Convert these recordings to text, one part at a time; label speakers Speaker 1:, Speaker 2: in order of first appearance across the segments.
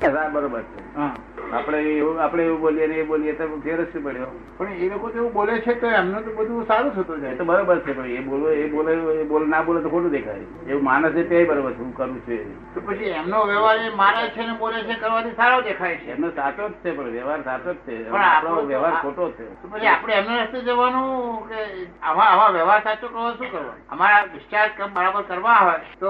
Speaker 1: ના, બરોબર છે
Speaker 2: હા
Speaker 1: આપણે એવું આપણે એવું બોલીએ ને એ બોલીએ તો ફેર જ શું પડ્યો
Speaker 2: પણ એ લોકો તો એવું બોલે છે તો એમનું તો બધું સારું થતું
Speaker 1: એ
Speaker 2: જાય
Speaker 1: તો બરોબર છે પણ એ બોલો એ બોલે એ બોલ ના બોલે તો ખોટું દેખાય એવું માણસ છે તે બરોબર છે હું કરું છું એ.
Speaker 2: તો પછી એમનો વ્યવહાર એ મારે છે ને બોલે છે કરવાથી સારો દેખાય છે
Speaker 1: એમનો સાચો જ છે પણ વ્યવહાર સાચો જ છે
Speaker 2: પણ આપણો
Speaker 1: આપણો
Speaker 2: તો
Speaker 1: વ્યવહાર
Speaker 2: આ-
Speaker 1: ખોટો છે
Speaker 2: તો પછી આપણે એમના રસ્તે જવાનું કે આવા આવા વ્યવહાર સાચો કરવા શું કરવાનું અમારા discharge કામ બરાબર કરવા હોય તો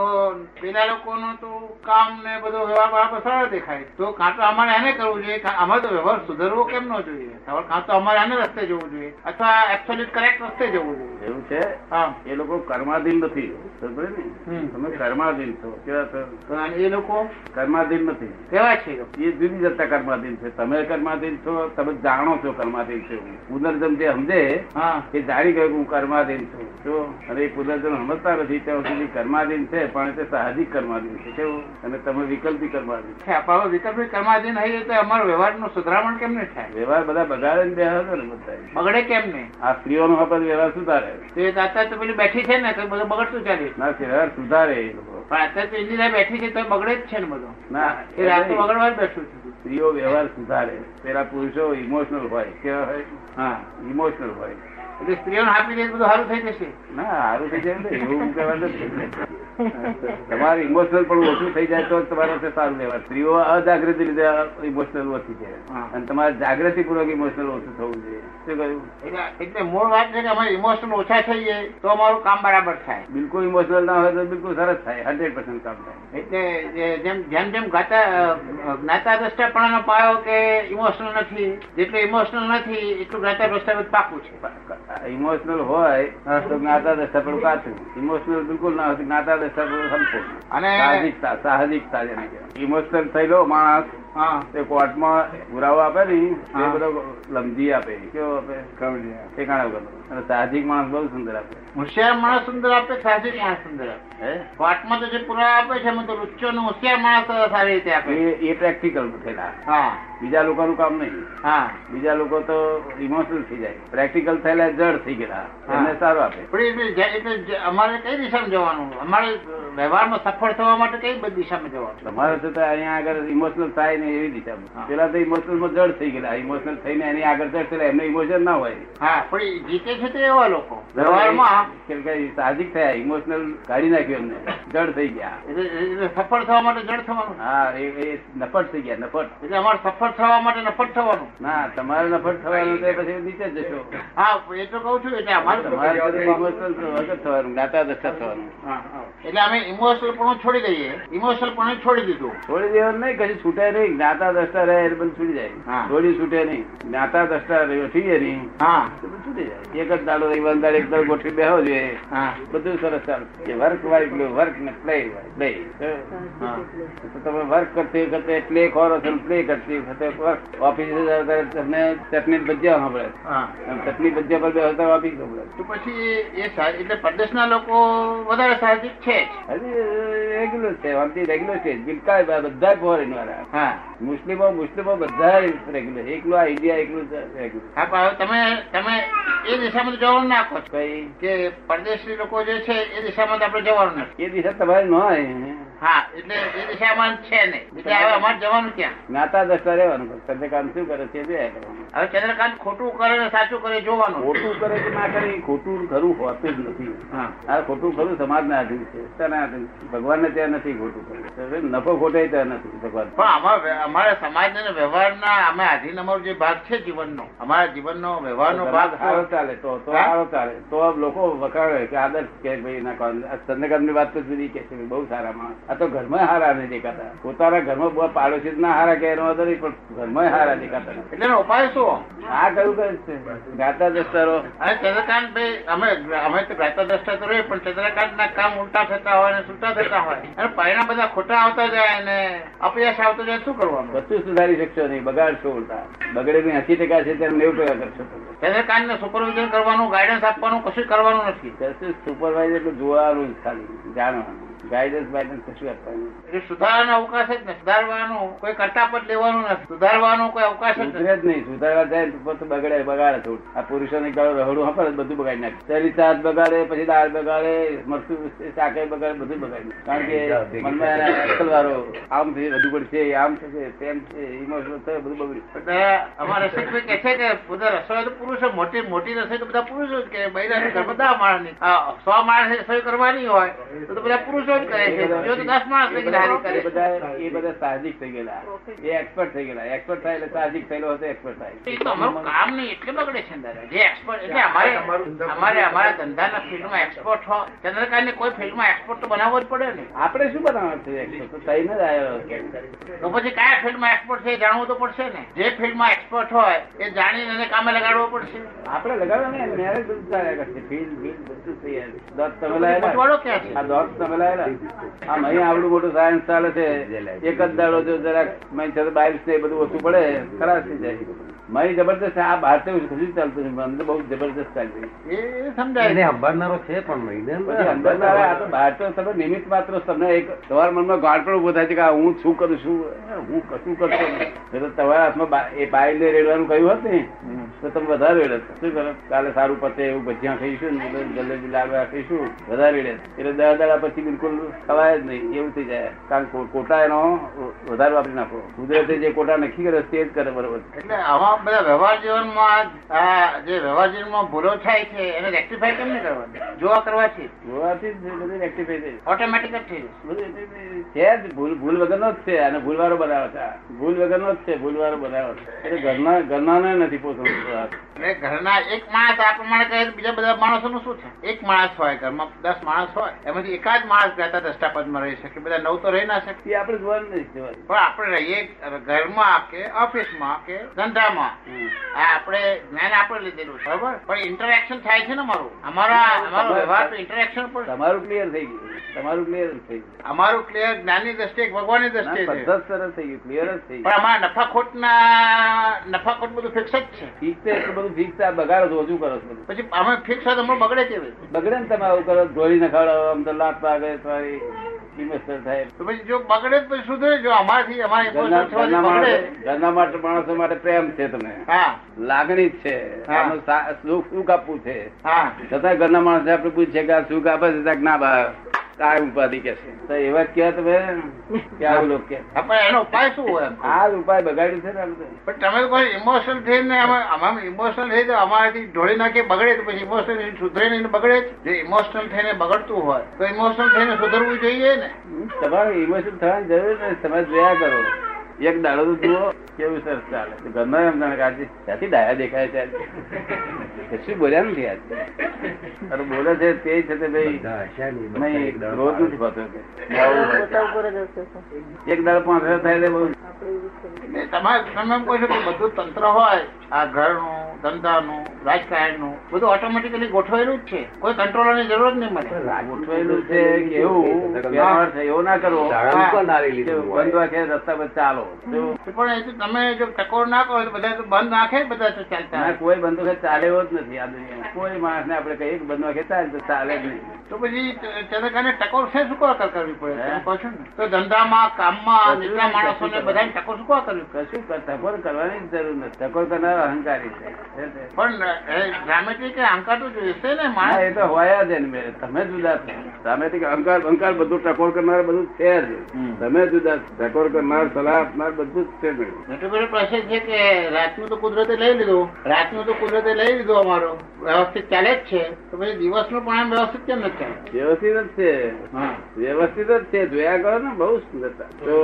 Speaker 2: પેલા લોકોનું તો કામ ને બધો વ્યવહાર બરાબર સરળ દેખાય તો કાં તો અમારે એને કરવું જોઈએ કાં અમારે તો વ્યવહાર સુધરવો કેમ ન જોઈએ ખબર? કાં તો અમારે એને રસ્તે જવું જોઈએ અથવા એબ્સોલ્યુટ કરેક્ટ રસ્તે જવું જોઈએ
Speaker 1: એવું છે
Speaker 2: હા
Speaker 1: એ લોકો કર્માધીન નથી સમજ્યો ને
Speaker 2: હમ.
Speaker 1: તમે કર્માધીન છો કેવા છો
Speaker 2: તો અને એ લોકો
Speaker 1: કર્માધીન નથી
Speaker 2: કેવા છે એ લોકો?
Speaker 1: એ જુદી જતા કર્માધીન છે તમે કર્માધીન છો તમે જાણો છો કર્માધીન છે એવું. પુનર્જન્મ જે સમજે
Speaker 2: હા
Speaker 1: એ જાણી ગયો કે હું કર્માધીન છું જો અને એ પુનર્જન્મ સમજતા નથી ત્યાં સુધી કર્માધીન છે પણ તે સાહજિક કર્માધીન છે કેવું અને તમે વિકલ્પી કર્માધીન
Speaker 2: છે આપણો વિકલ્પ કર્માધીન હઈએ તો અમારો વ્યવહારનું સુધારમણ કેમ નહીં થાય
Speaker 1: વ્યવહાર બધા બગાડે ને બેહાડે ને બધા
Speaker 2: બગડે કેમ નહીં
Speaker 1: આ સ્ત્રીઓનો આપણે વ્યવહાર સુધારે
Speaker 2: તો એ અત્યારે તો પેલી બેઠી છે ને તો બધું બગડતું ચાલ્યું છે.
Speaker 1: ના વ્યવહાર સુધારે એ લોકો
Speaker 2: પણ અત્યારે તો ઇન્દિરા બેઠી છે તો બગડે જ છે ને બધો
Speaker 1: ના,
Speaker 2: એ રાત તો બગડવા જ બેઠું છું
Speaker 1: સ્ત્રીઓ વ્યવહાર સુધારે પેલા પુરુષો ઇમોશનલ હોય કેવા હોય
Speaker 2: હા
Speaker 1: ઇમોશનલ હોય
Speaker 2: એટલે સ્ત્રીઓને આપી દે તો બધું સારું થઈ જશે
Speaker 1: ના સારું થઈ જાય ને એવું કહેવા નથી તમારે ઇમોશનલ પણ ઓછું થઈ જાય તો જ તમારે તે સારું લેવા સ્ત્રીઓ અજાગૃતિ લીધે ઇમોશનલ ઓછી છે
Speaker 2: હા.
Speaker 1: અને તમારે જાગૃતિ પૂર્વક ઇમોશનલ ઓછું થવું જોઈએ શું કહ્યું
Speaker 2: એટલે- એટલે મૂળ વાત છે કે અમે ઇમોશન ઓછા થઈએ તો અમારું કામ બરાબર થાય
Speaker 1: બિલકુલ ઇમોશનલ ના હોય તો બિલકુલ સરસ થાય હંડ્રેડ પર્સન્ટ કામ થાય
Speaker 2: એટલે જે- જેમ જેમ જેમ ગાતા અ, જ્ઞાતા દ્રષ્ટાપણાનો પાયો કે ઇમોશનલ નથી જેટલું ઇમોશનલ નથી એટલું જ્ઞાતા દ્રષ્ટાપણ પાકું છે
Speaker 1: ઇમોશનલ હોય તો જ્ઞાતા દશા પણ કાચું ઇમોશનલ બિલકુલ ના હોય તો જ્ઞાતા દશા પણ સંપૂર્ણ
Speaker 2: અને
Speaker 1: સાહજિકતા સાહજિકતા ઇમોશનલ થયેલો માણસ
Speaker 2: હા
Speaker 1: તે કોર્ટમાં પુરાવો આપે ને તે
Speaker 2: હા.
Speaker 1: બધો લમજી આપે કેવો આપે ઠેકાણા વગરનો. અને સાહજિક માણસ બહુ સુંદર આપે
Speaker 2: હોશિયાર માણસ સુંદર આપે સાહજિક માણસ સુંદર આપે
Speaker 1: હે
Speaker 2: વાતમાં તો જે પુરાવા આપે છે એમાં તો લુચ્ચો ને હોશિયાર માણસ સારી રીતે આપે
Speaker 1: એ એ પ્રેક્ટિકલ થયેલા
Speaker 2: હા
Speaker 1: બીજા લોકોનું કામ નહીં
Speaker 2: હા
Speaker 1: બીજા લોકો તો ઇમોશનલ થઈ જાય પ્રેક્ટિકલ થયેલા જડ થઈ ગયેલા
Speaker 2: હા.
Speaker 1: એમને સારું આપે
Speaker 2: પણ એટલે જે- એટલે જે- અમારે કઈ દિશામાં જવાનું અમારે વ્યવહારમાં સફળ થવા માટે કઈ બધી દિશામાં જવાનું
Speaker 1: તમારે તો અહીંયા આગળ ઇમોશનલ થાય ને એવી દિશામાં
Speaker 2: હા.
Speaker 1: પેલા તો ઇમોશનલ માં જડ થઈ ગયેલા ઇમોશનલ થઈને એની આગળ જડ થયેલા એમને ઇમોશન ના હોય
Speaker 2: હા પણ એ જીતે છે તે એવા લોકો વ્યવહારમાં
Speaker 1: કેમ કે સાહજિક થયા ઇમોશનલ કાઢી નાખ્યું એમને જડ થઈ ગયા
Speaker 2: એટલે એટલે સફળ થવા માટે જડ થવાનું
Speaker 1: હા એ એ નફટ થઈ ગયા નફટ
Speaker 2: એટલે અમારે સફળ થવા માટે નફળ થવાનું
Speaker 1: ના તમારે નફટ થવાનું તો પછી નીચે જ જશો
Speaker 2: હા એ તો કહું છું એટલે અમારે તો
Speaker 1: તમારે તો emotional વગર થવાનું જ્ઞાતા દશા થવાનું
Speaker 2: હા, હા. એટલે અમે ઇમોશનલ પણ છોડી દઈએ ઇમોશનલ પણ છોડી દીધું
Speaker 1: છોડી દેવાનું નહીં કશું છૂટે નહીં જ્ઞાતા દશા રહે એટલે બધું છૂટી જાય
Speaker 2: હા.
Speaker 1: છોડી છૂટે નહીં જ્ઞાતા દશા રહ્યો છીએ નહીં
Speaker 2: હા
Speaker 1: તો બધું છૂટી જાય એક જ દાડો એક દાડો એક દાડો ગોઠવી બેહો જોઈએ
Speaker 2: હા
Speaker 1: બધું સરસ ચાલશે વર્ક વાઇફ વર્ક ને પ્લે પ્લે
Speaker 2: હા.
Speaker 1: તો તમે વર્ક કરતી વખતે પ્લે કરો છો પ્લે કરતી વખતે વર્ક ઓફિસે જાઓ ત્યારે તમને ચટણી ને ભજીયા સાંભળે
Speaker 2: હા
Speaker 1: અને ચટણી ભજીયા પર બેહો તો ઓફિસ સાંભળે
Speaker 2: તો પછી એ સા- એટલે પરદેશના લોકો વધારે સાહજિક છે જ
Speaker 1: હજી રેગ્યુલર છે આમથી રેગ્યુલર છે બિલકા બધા ફોરેન વાળા
Speaker 2: હા
Speaker 1: મુસ્લિમો મુસ્લિમો બધા રેગ્યુલર એકલો આ ઇન્ડિયા એકલું રેગ્યુલર
Speaker 2: હા પણ હવે તમે તમે એ દિશામાં તો જવાનું ના કહો છો
Speaker 1: કઈ
Speaker 2: કે પરદેશી લોકો જે છે એ દિશામાં તો આપણે જવાનું નથી
Speaker 1: એ દિશા તમારે ન હોય
Speaker 2: હા એટલે એ દિશામાં છે નહીં એટલે હવે અમારે જવાનું ક્યાં
Speaker 1: જ્ઞાતા દશા રહેવાનું ચંદ્રકાંત શું કરે છે બે કરવાનું
Speaker 2: હવે ચંદ્રકાંત ખોટું કરે ને સાચું કરે એ જોવાનું
Speaker 1: ખોટું કરે કે ના કરે એ ખોટું ખરું હોતું જ નથી
Speaker 2: હા
Speaker 1: આ ખોટું ખરું સમાજને આધીન છે શાના આધીન ભગવાન ને ત્યાં નથી ખોટું ખરું નફો ખોટે ત્યાં નથી ભગવાન
Speaker 2: પણ અમારા અમારા સમાજ ને વ્યવહારના અમે આધીન અમારો જે ભાગ છે જીવનનો અમારા જીવનનો વ્યવહારનો
Speaker 1: સમાજ
Speaker 2: ભાગ
Speaker 1: સારો ચાલે તો તો
Speaker 2: હા?
Speaker 1: સારો ચાલે તો આ લોકો વખાણે કે આદર્શ કે ભાઈ ના કોણ આ ચંદ્રકાંતની વાત તો જુદી કે છે બહુ સારા માણસ આ તો ઘરમાં હારા નહીં દેખાતા પોતાના ઘરમાં બહુ પાડોશી જ ના હારા કે એનો વાંધો નહીં પણ ઘરમાં હારા દેખાતા નથી.
Speaker 2: એટલે એનો ઉપાય શું
Speaker 1: આ કયું કરે છે ગાતા દસ્તારો
Speaker 2: અને ચંદ્રકાંત ભાઈ અમે અમે તો ગાતા દ્રષ્ટા તો રહીએ પણ ચંદ્રકાંત ના કામ ઉલટા થતા હોય અને સુલટા થતા હોય અને પરિણામ બધા ખોટા આવતા જાય અને અપયશ આવતો જાય શું કરવાનું
Speaker 1: કશું સુધારી શકશો નહીં બગાડશો ઉલટા બગડે એસી ટકા છે ત્યારે નેવું ટકા કરશો તમે.
Speaker 2: ચંદ્રકાંત ને સુપરવિઝન કરવાનું ગાઈડન્સ આપવાનું કશું કરવાનું નથી
Speaker 1: જસ્ટિસ સુપરવાઇઝર એટલે જોવાનું જ ખાલી જાણવાનું ગાઈડન્સ બાઇડન્સ કશું આપવાનું
Speaker 2: એટલે સુધારાનો અવકાશ જ નથી સુધારવાનો કોઈ કરતાપદ લેવાનું નથી સુધારવાનો કોઈ અવકાશ જ નથી
Speaker 1: સુધરે જ નહીં સુધારવા જાય તો પોતે બગડે બગાડે થોડું આ પુરુષોને ગાળો રહોડું હંપાડે તો બધું બગાડી નાખે તેની સાથ બગાડે પછી દાળ બગાડે મરચું શાકે બગાડે બધું બગાડી નાખે. કારણ કે મનમાં એના અક્કલવારો આમ થશે વધુ પડશે આમ થશે તેમ છે ઇમોશનલ થયો બધું બગડ્યું
Speaker 2: બધા અમારા રસિકભાઈ કહે છે કે બધા રસોઈ તો પુરુષો મોટી મોટી રસોઈ તો બધા પુરુષો જ કે બૈરા રસોઈ બધા માણસની આ સો માણસની રસોઈ કરવાની હોય તો તો બધા પુરુષો જ કરે છે જો તો દસ માણસ
Speaker 1: એ
Speaker 2: લઈને હારી
Speaker 1: બધા-
Speaker 2: કરે
Speaker 1: એ
Speaker 2: છે.
Speaker 1: બધા એ બધા સાહજિક થઈ ગયેલા એ એક્સપર્ટ થઈ ગયેલા એક્સપર્ટ થાય એટલે સાહજિક થયેલો હતો એક્સપર્ટ
Speaker 2: એ તો અમારું
Speaker 1: થાય
Speaker 2: કામ નહીં એટલે બગડે છે દાદા જે એક્સપર્ટ એટલે અમારે અમારે અમારા ધંધાના ફિલ્ડમાં એક્સપર્ટ હો ચંદ્રકાંતને કોઈ ફિલ્ડમાં એક્સપર્ટ તો બનાવવો જ પડે ને
Speaker 1: આપણે શું બનાવવાનું છે expert? તો થઈને જ આવ્યો
Speaker 2: તો પછી કયા ફિલ્ડમાં એક્સપર્ટ છે એ જાણવું તો પડશે ને જે ફિલ્ડમાં એક્સપર્ટ હોય એ જાણીને એને કામે લગાડવો પડશે
Speaker 1: આપણે લગાવ્યો ને મેરેજ બધું ચાલ્યા કરશે ફીલ બીલ બધું જ તૈયાર છે. દોત
Speaker 2: તો
Speaker 1: તમે
Speaker 2: પછી
Speaker 1: લાયેલા
Speaker 2: મૂંઝવણો ક્યાં છે?
Speaker 1: આ દોત તમે લાયેલા આમ અહીં આવડું મોટું સાયન્સ ચાલે છે એક જ દાડો જો જરાક મય થતો બાયસ ને એ બધું ઓછું પડે ખરાબ થઈ જાય મય જબરદસ્ત છે. આ બહાર તો કશું જ ચાલતું નથી અંદર બહુ જબરદસ્ત ચાલતી
Speaker 2: એ એ
Speaker 3: એને
Speaker 2: સમજાય
Speaker 3: સંભાળનારો છે પણ મહિને
Speaker 1: પછી અંદર ના આવે. આ તો બહાર તો તમે નિમિત્ત માત્ર તમને એક તમારા મનમાં ગાળ પણ ઉભો થાય છે કે આ હું શું કરું છું એ હું કશું કરતો નથી. નહીં તો તમારા હાથમાં બા- એ બાયને રેડવાનું કહ્યું હોત ને તો તમે વધારે રેડત શું કરો કાલે સારું પતે એવું ભજીયા ખાઈશું ને બધું જલેબી લાડવા ખાઈશું વધારે રેડત એટલે દસ દાડા પછી બિલકુલ ખવાય જ નહીં એવું થઈ જાય કારણ કે કોટા એનો વધારે વાપરી નાખો કુદરતે જે કોટા નક્કી કરે છે તે જ કરે બરોબર
Speaker 2: એટલે આવા બધા વ્યવહાર જીવનમાં આ જે વ્યવહાર જીવનમાં ભૂલો થાય છે એને રેક્ટિફાય કેમ નહીં કરવાની જોવા કરવાથી
Speaker 1: જોવાથી જ બધું રેક્ટિફાઈ થઈ જાય.
Speaker 2: ઓટોમેટિક જ થઈ જશે
Speaker 1: બધું એટલે છે જ ભૂલ ભૂલ વગરનો જ છે અને ભૂલવાળો બનાવે છે આ. ભૂલ વગરનો જ છે ભૂલવાળો બનાવે છે એટલે ઘરના ઘરનાને નથી પોતાનું સ્વાદ.
Speaker 2: એટલે ઘરના એક માણસ આ પ્રમાણે કહે તો બીજા બધા માણસોનું શું છે એક માણસ હોય ઘરમાં દસ માણસ હોય એમાંથી એકાદ માણસ રહેતા દ્રષ્ટાપદમાં રહી શકે બધા નવ તો રહી ના શકે
Speaker 1: એ આપણે જોવાનું નથી જોવાનું.
Speaker 2: પણ આપણે રહીએ ઘરમાં કે ઓફિસમાં કે ધંધામાં
Speaker 1: હમ.
Speaker 2: આ આપણે જ્ઞાન આપણે લીધેલું છે બરાબર પણ ઇન્ટરેક્શન થાય છે ને મારું અમારા અમારો વ્યવહાર ઇન્ટરેક્શન પણ
Speaker 1: તમારું ક્લિયર થઈ ગયું તમારું ક્લિયર થઈ ગયું
Speaker 2: અમારું ક્લિયર જ્ઞાનની દ્રષ્ટિએ કે ભગવાનની
Speaker 1: ના,
Speaker 2: દ્રષ્ટિએ છે
Speaker 1: પદ્ધત સરસ થઈ ગયું ક્લિયર જ થઈ
Speaker 2: પણ
Speaker 1: ગયું
Speaker 2: અમારા નફાખોટના નફાખોટ બધું ફિક્સ જ છે
Speaker 1: ઠીક છે એટલું બધું ઠીક છે આ બગાડો છો ઓછું કરો છો બધું
Speaker 2: પછી અમે ફિક્સ હોય તો હમણાં બગડે કેવી
Speaker 1: બગડે ને તમે આવું કરો ધોળી નખાડો આમ તો લાત વાગે તમારી ઇન્વેસ્ટર થાય
Speaker 2: તો પછી જો બગડે તો પછી સુધરે જો અમારાથી અમારી
Speaker 1: ઘરના
Speaker 2: emotion
Speaker 1: ઘરના
Speaker 2: થવાથી
Speaker 1: માણસો-
Speaker 2: બગડે
Speaker 1: ઘરના માટે માણસો માટે પ્રેમ છે તમને
Speaker 2: હા
Speaker 1: લાગણી જ છે
Speaker 2: હા.
Speaker 1: આનું સા- સુખ સુખ આપવું છે
Speaker 2: હા
Speaker 1: છતાં ઘરના માણસે આપણે પૂછીએ કે આ સુખ આપે છે ત્યાં ના બા આ ઉપાધિ કે છે તો એવા ક્યાં તમે કે આવું લોકો કે
Speaker 2: હા, પણ એનો ઉપાય શું હોય
Speaker 1: આ જ ઉપાય બગાડ્યું છે ને આ બધું.
Speaker 2: પણ તમે કોઈ ઇમોશનલ થઈને અમારે ઇમોશનલ થઈ તો અમારાથી ઢોળી નાખી બગડે તો પછી ઇમોશનલ સુધરે નહીં ને બગડે જ. જો ઇમોશનલ થઈને બગડતું હોય તો ઇમોશનલ થઈને સુધરવું જોઈએ ને
Speaker 1: તમારે ઇમોશન થવાની જરૂર નથી તમે જોયા કરો એક દાડો તો જુઓ કેવું સરસ ચાલે તો ઘરના એમ જાણે કે આજે ત્યાંથી ડાયા દેખાય છે આજે? કશું બોલ્યા નથી આજે અરે બોલે છે તે છે તે ભાઈ નહીં ક્રોધ નથી થતો કે. એક દાડો પાંચ થાય એટલે બહુ
Speaker 2: એટલે તમારે તમે એમ કહો છો કે બધું તંત્ર હોય આ ઘરનું ધંધાનું રાજકારણનું બધું ઓટોમેટિકલી ગોઠવેલું જ છે કોઈ કંટ્રોલરની જરૂર જ નહીં મળે
Speaker 1: ગોઠવેલું છે કે એવું વ્યવહાર છે એવો ના કરવો બંધ વાગે રસ્તા પર ચાલો તો
Speaker 2: પણ એ તો તમે જો ટકોર ના કરો તો બધા તો બંધ નાખે જ બધા તો ચાલતા
Speaker 1: ના, કોઈ બંધ વખત ચાલે એવો જ નથી આ દુનિયામાં કોઈ માણસને આપણે કહીએ કે બંધ વખત ચાલે તો ચાલે જ નહીં
Speaker 2: તો પછી ચંદ્રકાને ટકોર છે શું કોણ કરવી પડે તમે કહો છો ને તો ધંધામાં કામમાં નીચલા માણસોને બધાને ટકોર શું કોણ કરવી પડે
Speaker 1: કશું કર- ટકોર કરવાની જ જરૂર નથી ટકોર કરનાર અહંકારી છે છે તે.
Speaker 2: પણ એ ડ્રામેટિક અંકાર તો જોઈશે ને
Speaker 1: હા,
Speaker 2: માણસ
Speaker 1: એ તો હોય જ એને મેરે. તમે જુદા છો તમે તો કે અહંકાર અહંકાર બધું ટકોર કરનાર બધું છે જ તમે જુદા છો. ટકોર કરનાર સલાહ આપનાર બધું જ છે મેરે.
Speaker 2: મોટો પેલો પ્રશ્ન છે કે રાતનું તો કુદરતે લઈ લીધું રાતનું તો કુદરતે લઈ લીધું અમારો વ્યવસ્થિત ચાલે જ છે તો પછી દિવસનું પણ આમ વ્યવસ્થિત કેમ નથી ચાલે
Speaker 1: વ્યવસ્થિત જ છે વ્યવસ્થિત જ છે જોયા કરો ને બહુ સુંદરતા તો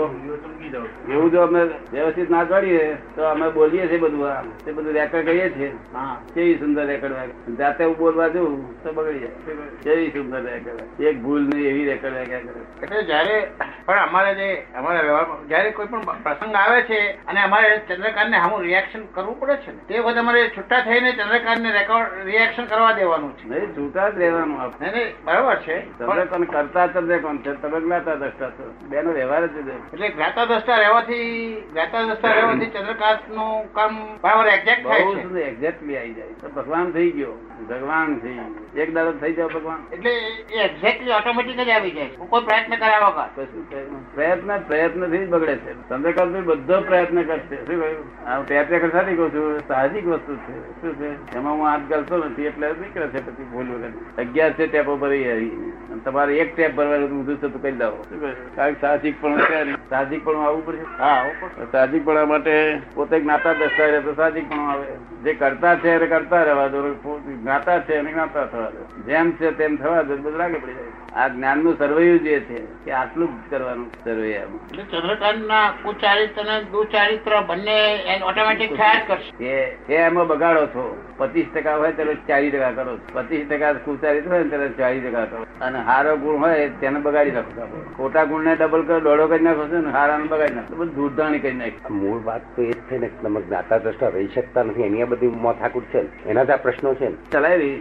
Speaker 1: એવું જો અમે વ્યવસ્થિત ના કરીએ તો અમે બોલીએ છીએ બધું આ તે બધું રેકોર્ડ કરીએ છીએ
Speaker 2: હા
Speaker 1: કેવી સુંદર રેકોર્ડ વાગે જાતે હું બોલવા જઉં તો બગડી જાય કેવી સુંદર રેકોર્ડ વાગે એક ભૂલ નહીં એવી રેકોર્ડ વાગ્યા કરે
Speaker 2: એટલે જ્યારે પણ અમારે જે અમારા વ્યવહારમાં જ્યારે કોઈ પણ પ્રસંગ આવે છે અને અમારે ચંદ્રકાંતને સામું રિએક્શન કરવું પડે છે ને તે વખતે અમારે છૂટા થઈને ચંદ્રકાંતને રેકોર્ડ રિએક્શન કરવા દેવાનું છે
Speaker 1: નહીં છૂટા જ રહેવાનું આપણે.
Speaker 2: નહીં નહીં બરાબર છે
Speaker 1: તમે
Speaker 2: પણ
Speaker 1: કોણ કરતા તમને કોણ છે તમે જ્ઞાતા દ્રષ્ટા છો બેનો વ્યવહાર જ જુદો.
Speaker 2: એટલે જ્ઞાતા દ્રષ્ટા રહેવાથી જ્ઞાતા દ્રષ્ટા રહેવાથી ચંદ્રકાંતનું કામ બરાબર એક્ઝેક્ટ થાય છે
Speaker 1: બહુ એક્ઝેક્ટલી આવી જાય તો ભગવાન થઈ ગયો ભગવાન થઈ ગયો એક દાડો થઈ જાવ ભગવાન
Speaker 2: એટલે એ એક્ઝેક્ટલી ઓટોમેટિક જ આવી જાય છે. કોઈ પ્રયત્ન કર્યા વગર
Speaker 1: કશું થાય નહીં. પ્રયત્ન પ્રયત્ન થી જ બગડે છે ચંદ્રકાંત બધો પ્રયત્ન કરશે શું કહ્યું આ પ્રયત્ન કરતા નહીં કહું છું સાહજિક વસ્તુ છે શું છે એમાં હું હાથ ગલતો નથી એટલે નીકળે છે પછી ભૂલ વગર અગિયાર છે ટેપો ભરી આવી અને તમારે એક ટેપ ભરવાનું ઊંધું છે તો કહી દો શું કહ્યું? કારણ કે સાહજિક પણ છે નહીં. સાહજિક પણ આવવું પડશે
Speaker 2: હા આવું પણ.
Speaker 1: સાહજિકપણા માટે પોતે જ્ઞાતા દર્શાવે રહે તો સાહજિકપણું આવે જે કરતા છે એને કરતા રહેવા દો પોતે જ્ઞાતા છે એને જ્ઞાતા થવા દો જેમ છે તેમ થવા દો બધું લાગે પડી જાય આ જ્ઞાનનું સર્વૈયું જે છે કે આટલું જ કરવાનું સર્વૈયામાં
Speaker 2: એટલે ચંદ્રકાંતના કુચારિત્ર અને દુચારિત્ર બંને ઓટોમેટિક થયા જ કરશે
Speaker 1: કે કે એમાં બગાડો છો પચીસ ટકા હોય ત્યારે ચાલીસ ટકા કરો પચીસ ટકા કુચારિત હોય ને ત્યારે ચાલીસ ટકા કરો અને હારો ગુણ હોય તેને બગાડી નાખો છો. ખોટા ગુણને ડબલ કરો દોડો કરી નાખો છો ને હારાને બગાડી નાખો બધું ધૂળધાણી કરી નાખો
Speaker 3: મૂળ વાત તો એ જ છે ને કે તમે જ્ઞાતા દ્રષ્ટા રહી શકતા નથી એની આ બધી માથાકૂટ છે ને એના જ આ પ્રશ્નો છે ને
Speaker 1: ચલાવી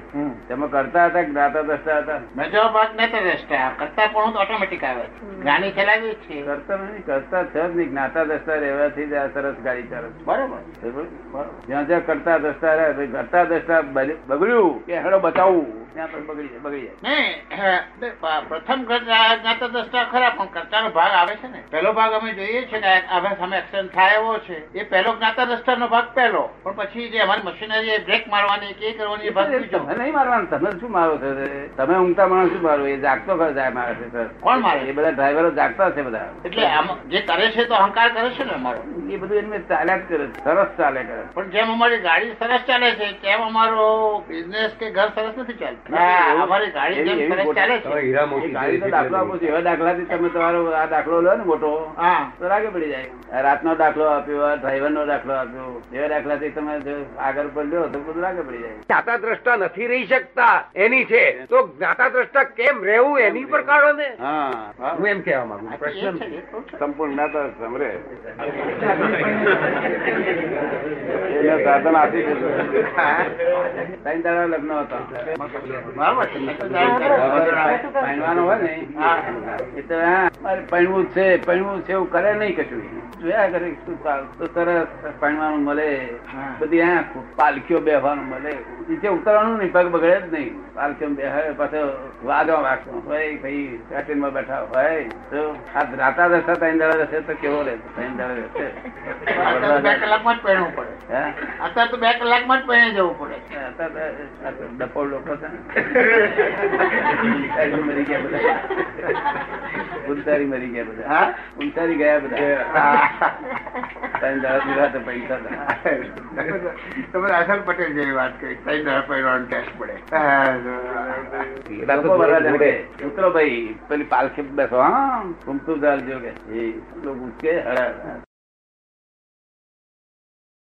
Speaker 1: તેમાં કરતા હતા જ્ઞાતા દ્રષ્ટા હતા
Speaker 2: મેજર ભાગ નહીં તો દ્રષ્ટા કરતા પણ હું તો ઓટોમેટિક આવે છે. જ્ઞાની ચલાવી જ છે
Speaker 1: કરતા નથી કરતા છે જ નહીં જ્ઞાતા દ્રષ્ટા રહેવાથી જ આ સરસ ગાડી ચાલે છે.
Speaker 2: બરોબર
Speaker 1: બરાબર? જ્યાં જ્યાં કરતા દ્રષ્ટા રહ્યા તો કરતા દ્રષ્ટા બગ- બગડ્યું કે હેડો બતાવવું ત્યાં પણ બગડી જાય બગડી જાય
Speaker 2: નહીં અ, બે, પ- પ્રથમ કરતા જ્ઞાતા દ્રષ્ટા ખરા પણ કરતાનો ભાગ આવે છે ને પહેલો ભાગ અમે જોઈએ છે કે હવે સામે એક્સિડન્ટ થાય એવો છે એ પહેલો જ્ઞાતા દ્રષ્ટાનો ભાગ પહેલો પણ પછી જે અમારી મશીનરી બ્રેક મારવાની કે એ કરવાની એ ભાગ બીજો
Speaker 1: તમે નહીં મારવાનું તમે શું મારો છો તમે ઊંઘતા માણસ શું મારો એ જાગતો ખરો જાય મારે છે સર
Speaker 2: કોણ મારે?
Speaker 1: એ બધા ડ્રાઈવરો જાગતા છે બધા
Speaker 2: એટલે આમ જે કરે છે તો અહંકાર કરે છે ને અમારો
Speaker 1: એ બધું એમને ચાલ્યા જ કરે છે. સરસ ચાલે કરે
Speaker 2: પણ જેમ અમારી ગાડી સરસ ચાલે છે તેમ અમારો બિઝનેસ કે ઘર સરસ નથી ચાલતું
Speaker 1: ના, એવું-
Speaker 2: હા, અમારી ગાડી
Speaker 1: એવી-
Speaker 2: જેમ
Speaker 1: એવી
Speaker 2: સરસ ચાલે છે
Speaker 3: હીરા
Speaker 1: એ ગાડીનો દાખલો આપો છો એવા દાખલાથી તમે તમારો આ દાખલો લો ને મોટો
Speaker 2: હા
Speaker 1: તો રાગે પડી જાય રાતનો દાખલો આપ્યો આ ડ્રાઈવરનો દાખલો આપ્યો એવા દાખલાથી તમે જો આગળ પર લ્યો તો બધું રાગે પડી જાય
Speaker 3: જ્ઞાતા દ્રષ્ટા નથી રહી શકતા એની છે તો જ્ઞાતા દ્રષ્ટા કેમ રહેવું એની પર કાઢો ને
Speaker 1: હા
Speaker 3: હું એમ કહેવા માંગુ છું
Speaker 2: એ
Speaker 3: પ્રશ્ન
Speaker 2: છે, એ તો છે.
Speaker 1: સંપૂર્ણ જ્ઞાતા સમરે એના સાધન આપી દીધું ત્રણ દાડા લગ્ન હતા
Speaker 2: બરાબર છે. એ તો જાય છે.
Speaker 1: પહેણવાનો હોય ને
Speaker 2: હા.
Speaker 1: એ તો હા મારે પહેણવું જ છે પહેણવું છે એવું કરે નહીં કશું જોયા કરે કે શું ચાલ તો સરસ પહેણવાનું મળે
Speaker 2: હા.
Speaker 1: બધી હા પાલખીઓ બેહવાનું મળે નીચે ઉતરવાનું નહીં પગ બગડે જ નહીં પાલખીઓ બેહાય પાછો વાદો રાખો ભાઈ ભાઈ કાટીનમાં બેઠા હોય તો આ રાતા દશા ત્રણ દાડા રહેશે તો કેવો રહેશે ત્રણ દાડા
Speaker 2: અત્યારે તો
Speaker 1: રહેશે
Speaker 2: બે કલાકમાં જ પહેરવું પડે
Speaker 1: હા
Speaker 2: અત્યારે તો બે કલાકમાં જ પહેરી જવું પડે
Speaker 1: ડપોળ લોકો છે ઉંતારી મરી ગયા બધા ઉંતારી મરી ગયા બધા
Speaker 2: હા?
Speaker 1: ઉંતારી ગયા બધા ત્રણ દાડાથી રાતે પૈસા હતા.
Speaker 2: તમે રાશન પટેલ જેવી વાત કરી ત્રણ દાડા પહેરવાનો ટેસ્ટ પડે
Speaker 3: હીરા તો
Speaker 1: લોકો
Speaker 3: જોડે
Speaker 1: ભરવા જાય
Speaker 3: જોડે.
Speaker 1: કે, ઉતરો ભાઈ પેલી પાલખી બેસો હા ઘૂમતું ચાલજો કે એ લોકો ઉચકે હળા